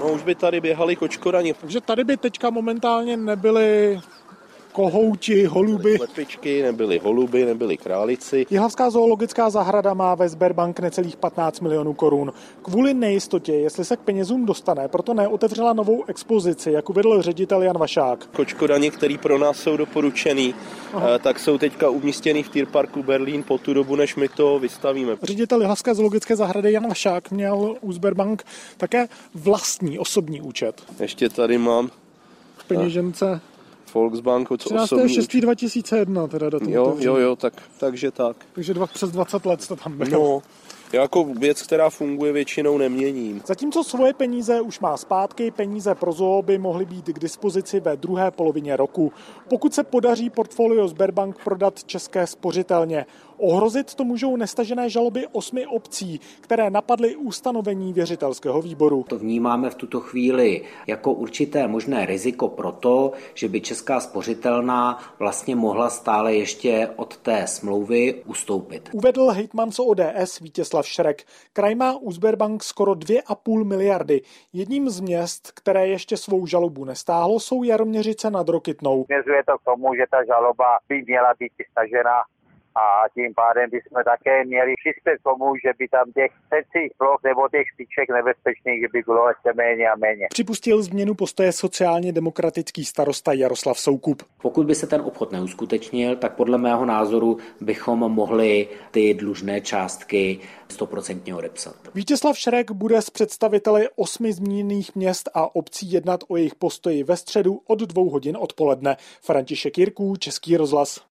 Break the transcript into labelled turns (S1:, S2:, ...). S1: No, už by tady běhali kočkorani,
S2: Takže tady by teďka momentálně nebyly kohouti, holuby.
S1: lepičky, nebyly holuby, nebyly králici.
S2: Jihlavská zoologická zahrada má ve Sberbank necelých 15 milionů korun. Kvůli nejistotě, jestli se k penězům dostane, proto neotevřela novou expozici, jak uvedl ředitel Jan Vašák.
S1: Kočkoraně, který pro nás jsou doporučený, eh, tak jsou teďka umístěný v Tyrparku Berlín po tu dobu, než my to vystavíme.
S2: Ředitel Jihlavské zoologické zahrady Jan Vašák měl u Sberbank také vlastní osobní účet.
S1: Ještě tady mám
S2: V peněžence
S1: Volksbank od osobní...
S2: 13.6.2001 teda do
S1: Jo, jo, jo, tak, takže tak.
S2: Takže dva, přes 20 let jste tam byl.
S1: No, já jako věc, která funguje, většinou neměním.
S2: Zatímco svoje peníze už má zpátky, peníze pro zoo by mohly být k dispozici ve druhé polovině roku. Pokud se podaří portfolio Sberbank prodat české spořitelně, ohrozit to můžou nestažené žaloby osmi obcí, které napadly ustanovení věřitelského výboru.
S3: To vnímáme v tuto chvíli jako určité možné riziko proto, že by Česká spořitelná vlastně mohla stále ještě od té smlouvy ustoupit.
S2: Uvedl hejtman z ODS Vítězslav Šrek. Kraj má u Sberbank skoro 2,5 miliardy. Jedním z měst, které ještě svou žalobu nestáhlo, jsou Jaroměřice nad Rokytnou.
S4: směřuje to k tomu, že ta žaloba by měla být stažena a tím pádem bychom také měli přispět k tomu, že by tam těch cecích ploch nebo těch špiček nebezpečných, že by bylo ještě méně a méně.
S2: Připustil změnu postoje sociálně demokratický starosta Jaroslav Soukup.
S3: Pokud by se ten obchod neuskutečnil, tak podle mého názoru bychom mohli ty dlužné částky stoprocentně odepsat.
S2: Vítězslav Šrek bude s představiteli osmi zmíněných měst a obcí jednat o jejich postoji ve středu od dvou hodin odpoledne. František Jirků, Český rozhlas.